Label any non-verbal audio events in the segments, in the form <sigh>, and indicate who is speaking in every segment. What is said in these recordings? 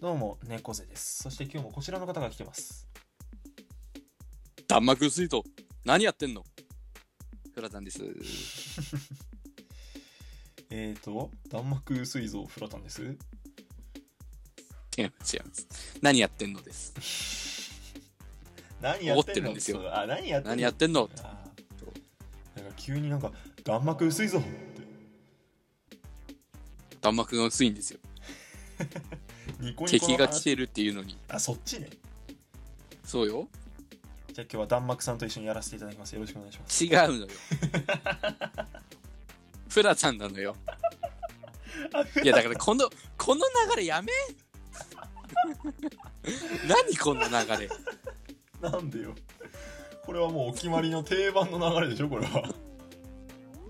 Speaker 1: どうも、猫背です。そして今日もこちらの方が来てます。
Speaker 2: 弾幕薄いと何やってんのフラタンです。
Speaker 1: えーと、弾幕水蔵フラタンです。
Speaker 2: 違います違います。何やってんのです。
Speaker 1: 何やってん
Speaker 2: 怒って
Speaker 1: の
Speaker 2: るんですよ
Speaker 1: そうあ、何やってんの
Speaker 2: 何やってんの
Speaker 1: あーなんか急になんか、弾幕水蔵って、
Speaker 2: 弾幕が薄いんですよ。
Speaker 1: ニコニコの
Speaker 2: 敵
Speaker 1: 話
Speaker 2: が来てるっていうのに。
Speaker 1: あ、そっちね。
Speaker 2: そうよ。
Speaker 1: じゃあ今日は弾幕さんと一緒にやらせていただきます。よろしくお願いします。
Speaker 2: 違うのよ。フラタンなのよ。いやだからこの、この流れやめ <laughs> 何この流れ。
Speaker 1: なんでよ。これはもうお決まりの定番の流れでしょ、これは。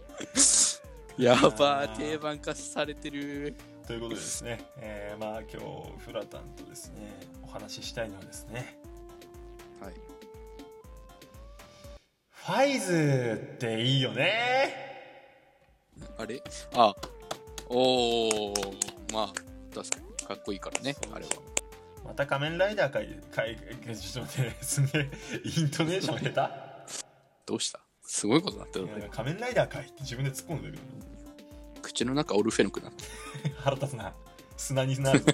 Speaker 1: <laughs>
Speaker 2: やばー、定番化されてる。
Speaker 1: ということでですね、えー、まあ今日、フラタンとですね、お話ししたいのはですね、
Speaker 2: はい。
Speaker 1: ファイズっていいよね
Speaker 2: あれあ、おー、まあ、確かにかっこいいからね、あれは。
Speaker 1: また仮面ライダーかいかいちょっと待ってすげえイントネーション下
Speaker 2: どうしたすごいことになって
Speaker 1: 手
Speaker 2: る
Speaker 1: いやなんか仮面ライダーかいって自分で突っ込んでるけ
Speaker 2: 口の中オルフェンクなって
Speaker 1: ど <laughs> 腹立つな砂にな <laughs> る今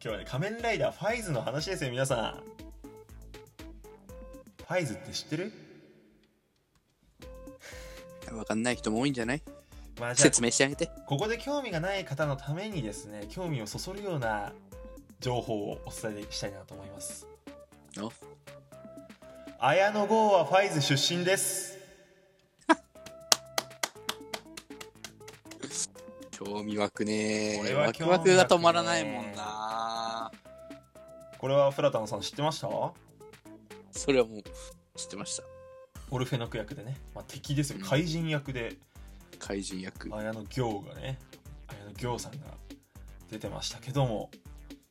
Speaker 1: 日はね仮面ライダーファイズの話ですよ皆さんファイズって知ってる、
Speaker 2: わかんない人も多いんじゃない
Speaker 1: まあ、じゃ
Speaker 2: 説明してあげて
Speaker 1: あここで興味がない方のためにですね興味をそそるような情報をお伝えしたいなと思います
Speaker 2: お
Speaker 1: 綾野剛はファイズ出身です
Speaker 2: 興味湧くね
Speaker 1: これは
Speaker 2: ワクワクが止まらないもんな
Speaker 1: これはフラタンさん知ってました
Speaker 2: それはもう知ってました
Speaker 1: オルフェノク役でね、まあ、敵ですよ
Speaker 2: うん
Speaker 1: 怪人役で
Speaker 2: 怪人役
Speaker 1: 綾野行がね綾野行さんが出てましたけども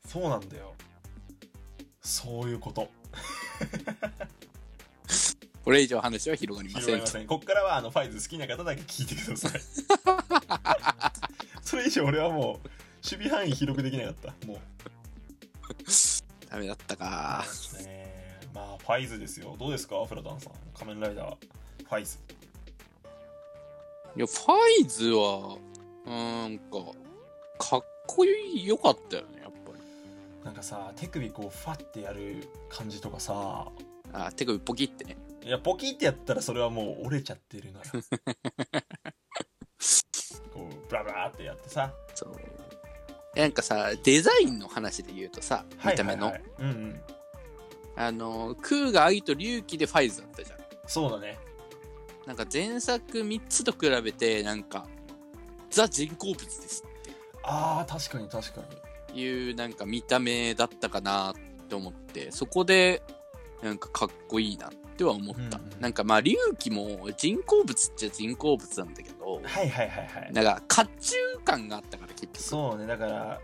Speaker 1: そうなんだよそういうこと
Speaker 2: これ以上話は広がりま
Speaker 1: 広
Speaker 2: せ
Speaker 1: が
Speaker 2: ん
Speaker 1: りませんこっからはあのファイズ好きな方だけ聞いてくださ
Speaker 2: <laughs>
Speaker 1: いそれ以上俺はもう守備範囲広くできなかったもう
Speaker 2: ダメだったか
Speaker 1: ねえまあファイズですよどうですかフラタンさん仮面ライダーファイズ
Speaker 2: いやファイズはなんかかっこよかったよねやっぱり
Speaker 1: なんかさ手首こうファッてやる感じとかさ
Speaker 2: あ手首ポキってね
Speaker 1: いやポキってやったらそれはもう折れちゃってるの
Speaker 2: <laughs>
Speaker 1: よこうブラブラってやってさ
Speaker 2: そうなんかさデザインの話で言うとさ見た目の、
Speaker 1: はいはいはいうんうん
Speaker 2: あのクーガ愛と龍騎でファイズだったじゃん
Speaker 1: そうだね
Speaker 2: なんか前作3つと比べてなんかザ人工物です
Speaker 1: あー確かに確かに
Speaker 2: っていうなんか見た目だったかなって思ってそこでなんかかっこいいなっては思った、
Speaker 1: うんうん
Speaker 2: なんかまあ龍騎も人工物っちゃ人工物なんだけど
Speaker 1: はいはいはいはい
Speaker 2: なんか甲冑感があったから結局
Speaker 1: そうねだから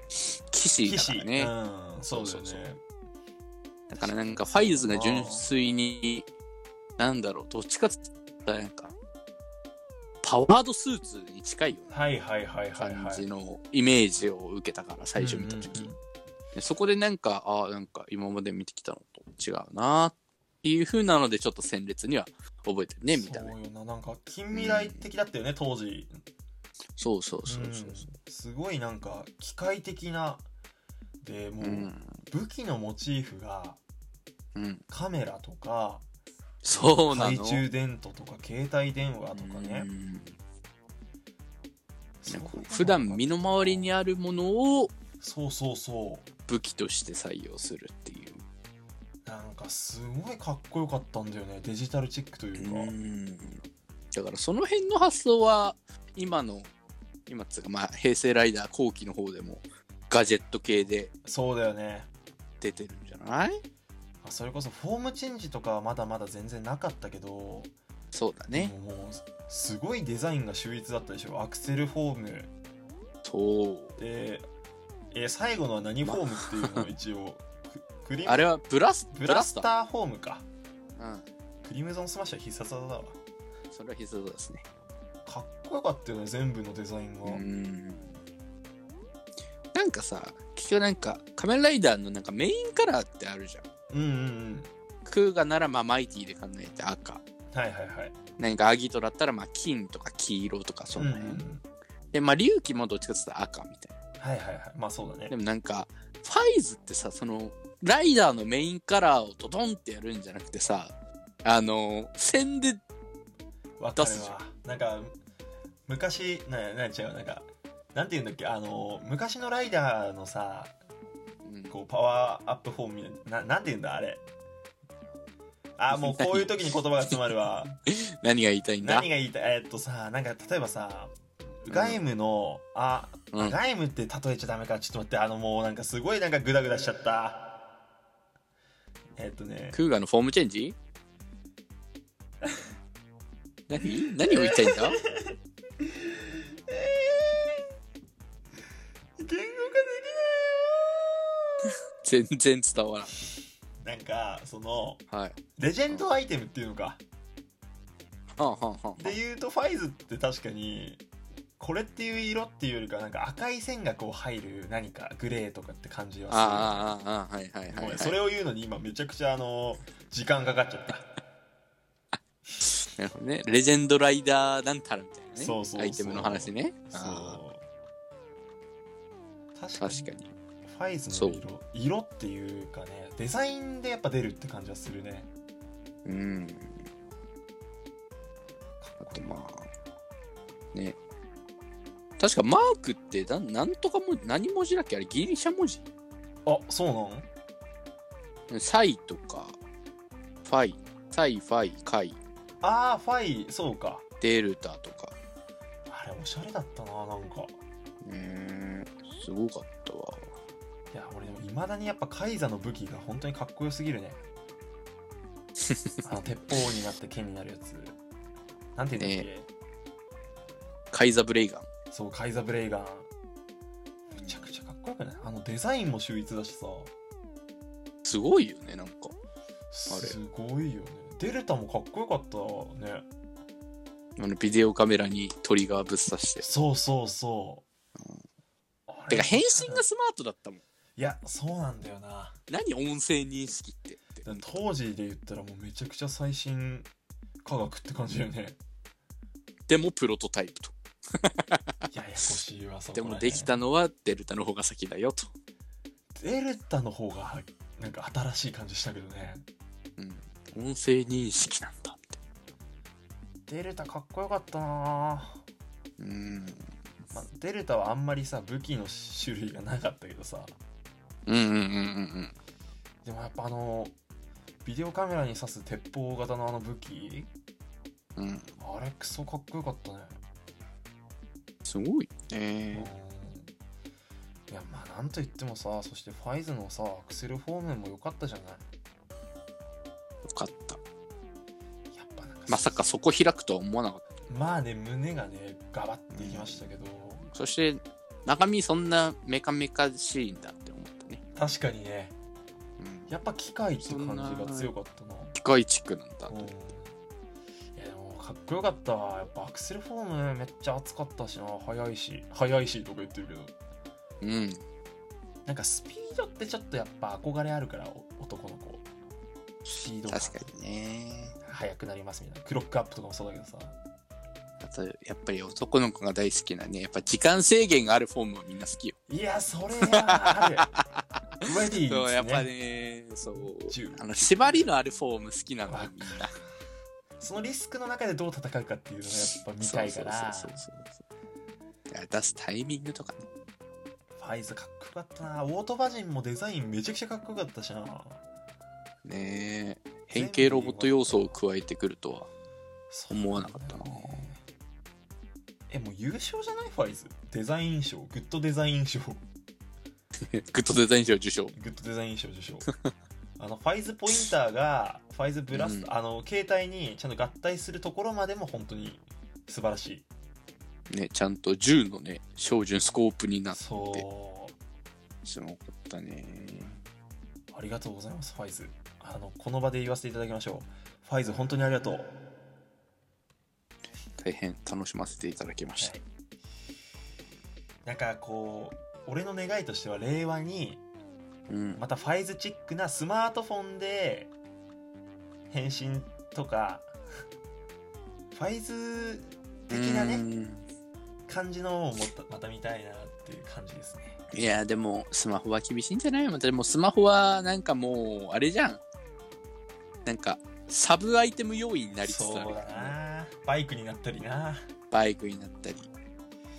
Speaker 2: 騎士だからね、
Speaker 1: うんそうだ
Speaker 2: そ
Speaker 1: よ
Speaker 2: うそう
Speaker 1: ね
Speaker 2: だからなんかファイズが純粋になんだろうどっちかって言ったらなんかパワードスーツに近いような
Speaker 1: はいはいはいはい
Speaker 2: 感
Speaker 1: は
Speaker 2: じ
Speaker 1: い
Speaker 2: のイメージを受けたから最初見た時、
Speaker 1: うんうんうん
Speaker 2: でそこでなんか、ああ、なんか今まで見てきたのと違うなっていう風なので、ちょっと鮮烈には覚えてるね、みたいな
Speaker 1: そう。よななんか近未来的だったよね、当時。
Speaker 2: そうそうそうそううん
Speaker 1: すごいなんか機械的なでも
Speaker 2: う。
Speaker 1: うん武器のモチーフが
Speaker 2: うん。
Speaker 1: カメラとか
Speaker 2: そうなの。
Speaker 1: 懐中電灯とか携帯電話とかね
Speaker 2: うん
Speaker 1: そう
Speaker 2: なんか普段身の回りにあるものを
Speaker 1: そうそうそ
Speaker 2: 武器として採用するっていう。
Speaker 1: なんかすごいかっこよかったんだよねデジタルチェックといううか、
Speaker 2: ん。だからその辺の発想は、今の、今っつうか、まあ、平成ライダー後期の方でも、ガジェット系で
Speaker 1: そうだよね
Speaker 2: 出てるんじゃない
Speaker 1: まあそれこそフォームチェンジとかはまだまだ全然なかったけど
Speaker 2: そうだね。
Speaker 1: もうもうすごいデザインが秀逸だったでしょアクセルフォーム
Speaker 2: そう。
Speaker 1: で、えー最後のは何フォームっていうの
Speaker 2: <laughs>
Speaker 1: を一応ククリム
Speaker 2: あれはブラス
Speaker 1: ブ
Speaker 2: ブ
Speaker 1: ラ
Speaker 2: ラ
Speaker 1: ス
Speaker 2: ス
Speaker 1: タ
Speaker 2: ター
Speaker 1: ーフォームか
Speaker 2: うん。
Speaker 1: クリムゾンスマッシュは必殺技だわ
Speaker 2: それは必須ですね。
Speaker 1: かっこよかったよね全部のデザインが、
Speaker 2: うん。なんかさ、結結局なんか、仮面ライダーのなんかメインカラーってあるじゃん。
Speaker 1: うんうんうん
Speaker 2: クーガならまあマイティで考えて赤。
Speaker 1: はいはいはい
Speaker 2: 何かアギトだったらまあ金とか黄色とかそ
Speaker 1: うん
Speaker 2: の
Speaker 1: うんう
Speaker 2: 辺。
Speaker 1: ん
Speaker 2: で、まあ龍騎もどっちかって言ったら赤みたい
Speaker 1: はいはいはいまあそうだね
Speaker 2: な。でもなんか、ファイズってさ、その、ライダーのメインカラーをドドンってやるんじゃなくてさ、あの、線で、
Speaker 1: わかる
Speaker 2: 出すじ
Speaker 1: わなんか昔なな違うなんかなんて言うんだっけあの昔のライダーのさ
Speaker 2: うん
Speaker 1: こうパワーアップフォームみたいなななんて言うんだあれあーもうこういう時に言葉が詰まるわ
Speaker 2: 何が言いたいんだ
Speaker 1: 何が言いたいえーっとさなんか例えばさガイムの、あ
Speaker 2: うん
Speaker 1: ガイムって例えちゃダメかちょっと待ってあのもうなんかすごいなんかグダグダしちゃったえーっとね
Speaker 2: クーガのフォームチェンジ何何を言いたい
Speaker 1: <laughs>
Speaker 2: んだ
Speaker 1: 言語化でき
Speaker 2: 全然伝わ
Speaker 1: ないなんかその
Speaker 2: らん。はい。
Speaker 1: レジェンドアイテムっていうのか
Speaker 2: はんはんはん
Speaker 1: で言うとファイズって確かにこれっていう色っていうよりかなんか赤い線がこう入る何かグレーとかって感じはする
Speaker 2: ああ、ああ、ああ、はいはいはい、
Speaker 1: ご
Speaker 2: は
Speaker 1: めん
Speaker 2: い。
Speaker 1: それを言うのに今めちゃくちゃあの時間かかっちゃった
Speaker 2: なるほどね。レジェンドライダーなんたらみたいなね。
Speaker 1: そうそうそう
Speaker 2: アイテムの話ね。あ
Speaker 1: そう確
Speaker 2: あ
Speaker 1: か
Speaker 2: 確
Speaker 1: に
Speaker 2: かに。
Speaker 1: ファイズの色色っていうかねデザインでやっぱ出るって感じはするね
Speaker 2: うん。あとまあ、ね。確かマークってなんなんとかも何文字だっけあれギリシャ文字
Speaker 1: あそうなん
Speaker 2: サイとか、ファイ、サイ、ファイ、カイ、
Speaker 1: ああファイそうか
Speaker 2: デルタとか。
Speaker 1: あれおしゃれだったななんか
Speaker 2: うーん、すごかったわ。
Speaker 1: いや俺でもいまだにやっぱカイザの武器が本当にかっこよすぎるねあの鉄砲になって剣になるやつなんていうんだっけ、
Speaker 2: カイザブレイガン。
Speaker 1: そうカイザブレイガンめちゃくちゃかっこよくないあのデザインも秀逸だしさ
Speaker 2: すごいよね、なんか。れ
Speaker 1: すごいよねデルタもかっこよかったね
Speaker 2: あのビデオカメラにトリガーぶっ刺して。
Speaker 1: そうそうそう、あれ
Speaker 2: てか返信がスマートだったもん。
Speaker 1: いやそうなんだよな
Speaker 2: 何音声認識ってって。
Speaker 1: でも当時で言ったらもうめちゃくちゃ最新科学って感じだよね
Speaker 2: でもプロトタイプと。
Speaker 1: ややこしいわそこ
Speaker 2: で
Speaker 1: ら
Speaker 2: も
Speaker 1: 辺
Speaker 2: できたのはデルタの方が先だよと。
Speaker 1: デルタの方がなんか新しい感じしたけどね
Speaker 2: 音声認識なんだって。
Speaker 1: デルタかっこよかったなぁ、
Speaker 2: うん。
Speaker 1: まあ、デルタはあんまりさ武器の種類がなかったけどさ
Speaker 2: うんうんうんうん
Speaker 1: でもやっぱあのビデオカメラに刺す鉄砲型のあの武器
Speaker 2: うん。うん。
Speaker 1: あれクソかっこよかったね
Speaker 2: すごい
Speaker 1: うん
Speaker 2: ね。
Speaker 1: いやまあなんといってもさそしてファイズのさアクセルフォームも良かったじゃない
Speaker 2: よかった。
Speaker 1: やっぱなんか
Speaker 2: まさかそこ開くとは思わなかっ
Speaker 1: まあね胸がねガバっていきましたけど、
Speaker 2: た。そして、中身そんなメカメカしいんだって思ったね。
Speaker 1: 確かにね
Speaker 2: うん。
Speaker 1: やっぱ機械って感じが強かったな
Speaker 2: 機械チックなんだ
Speaker 1: うん。いやでもかっこよかったわやっぱアクセルフォームめっちゃ熱かったしな速いし速いしとか言ってるけど
Speaker 2: うん。
Speaker 1: なんかスピードってちょっとやっぱ憧れあるからお男の子スピードが
Speaker 2: 確かにね。
Speaker 1: 速くなりますみたいなクロックアップとかもそうだけどさ
Speaker 2: あと、やっぱり男の子が大好きなね、やっぱ時間制限があるフォームはみんな好きよ。
Speaker 1: いやそれやある
Speaker 2: <laughs>
Speaker 1: レディーです、ね、
Speaker 2: そう、やっぱね、そう。
Speaker 1: 10
Speaker 2: あの、縛りのあるフォーム好きなのよ、みんな。
Speaker 1: そのリスクの中でどう戦うかっていうのがやっぱ見たいから
Speaker 2: そうそうそうそう。だから出すタイミングとかね。
Speaker 1: ファイズかっこよかったなオートバジンもデザインめちゃくちゃかっこよかったしな
Speaker 2: ねえ変形ロボット要素を加えてくるとは。思わなかったな
Speaker 1: えもう優勝じゃないファイズデザイン賞グッドデザイン賞
Speaker 2: グッドデザイン賞受賞。
Speaker 1: グッドデザイン賞受
Speaker 2: <laughs>
Speaker 1: 賞あのファイズポインターがファイズブラスト、
Speaker 2: うん
Speaker 1: あの携帯にちゃんと合体するところまでも本当に素晴らしい
Speaker 2: ね、ちゃんと銃のね、照準スコープになって、
Speaker 1: そう
Speaker 2: すごかったね。
Speaker 1: ありがとうございますファイズあのこの場で言わせていただきましょうファイズ本当にありがとう、はい
Speaker 2: 大変楽しませていただきました。
Speaker 1: なんかこ俺の願いとしては令和に
Speaker 2: うん。
Speaker 1: またファイズチックなスマートフォンで返信とか <laughs> ファイズ的な
Speaker 2: う
Speaker 1: ね
Speaker 2: ん
Speaker 1: 感じのをもっとまた見たいなっていう感じですね
Speaker 2: いや、でも、スマホは厳しいんじゃないまた、でもスマホは、なんかもう、あれじゃん。なんか、サブアイテム用意になりつつ
Speaker 1: そう
Speaker 2: あるか
Speaker 1: だ
Speaker 2: らね、
Speaker 1: なバイクになったりな
Speaker 2: バイクになったり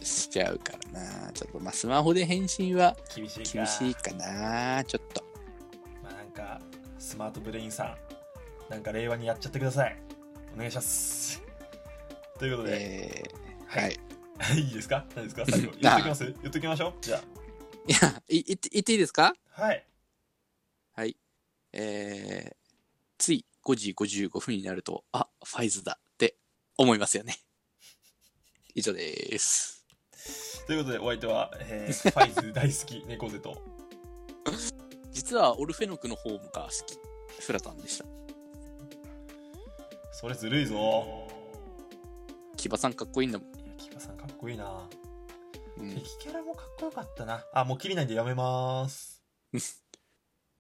Speaker 2: しちゃうからな。ちょっと、まあ、スマホで返信は
Speaker 1: 厳しいか
Speaker 2: 厳しいかな。ちょっと。
Speaker 1: まあなんかスマートブレインさんなんか令和にやっちゃってくださいお願いしますということで、
Speaker 2: えー、はい。
Speaker 1: <laughs> はい、いいですか何ですか最後言っときます言っときましょうじゃ
Speaker 2: いや、い、い言っていいですか
Speaker 1: あはい
Speaker 2: はい。えー、つい5時55分になると、あ、ファイズだって思いますよね。 <laughs> 以上です。
Speaker 1: ということでお相手は、えーファイズ大好き猫背と
Speaker 2: 実はオルフェノクの方が好き。フラタンでした。
Speaker 1: それずるいぞ
Speaker 2: 木場さんかっこいいんだもん。
Speaker 1: いやキバさんかっこいいな
Speaker 2: うん
Speaker 1: 敵キャラもかっこよかったなあもう切りないんでやめます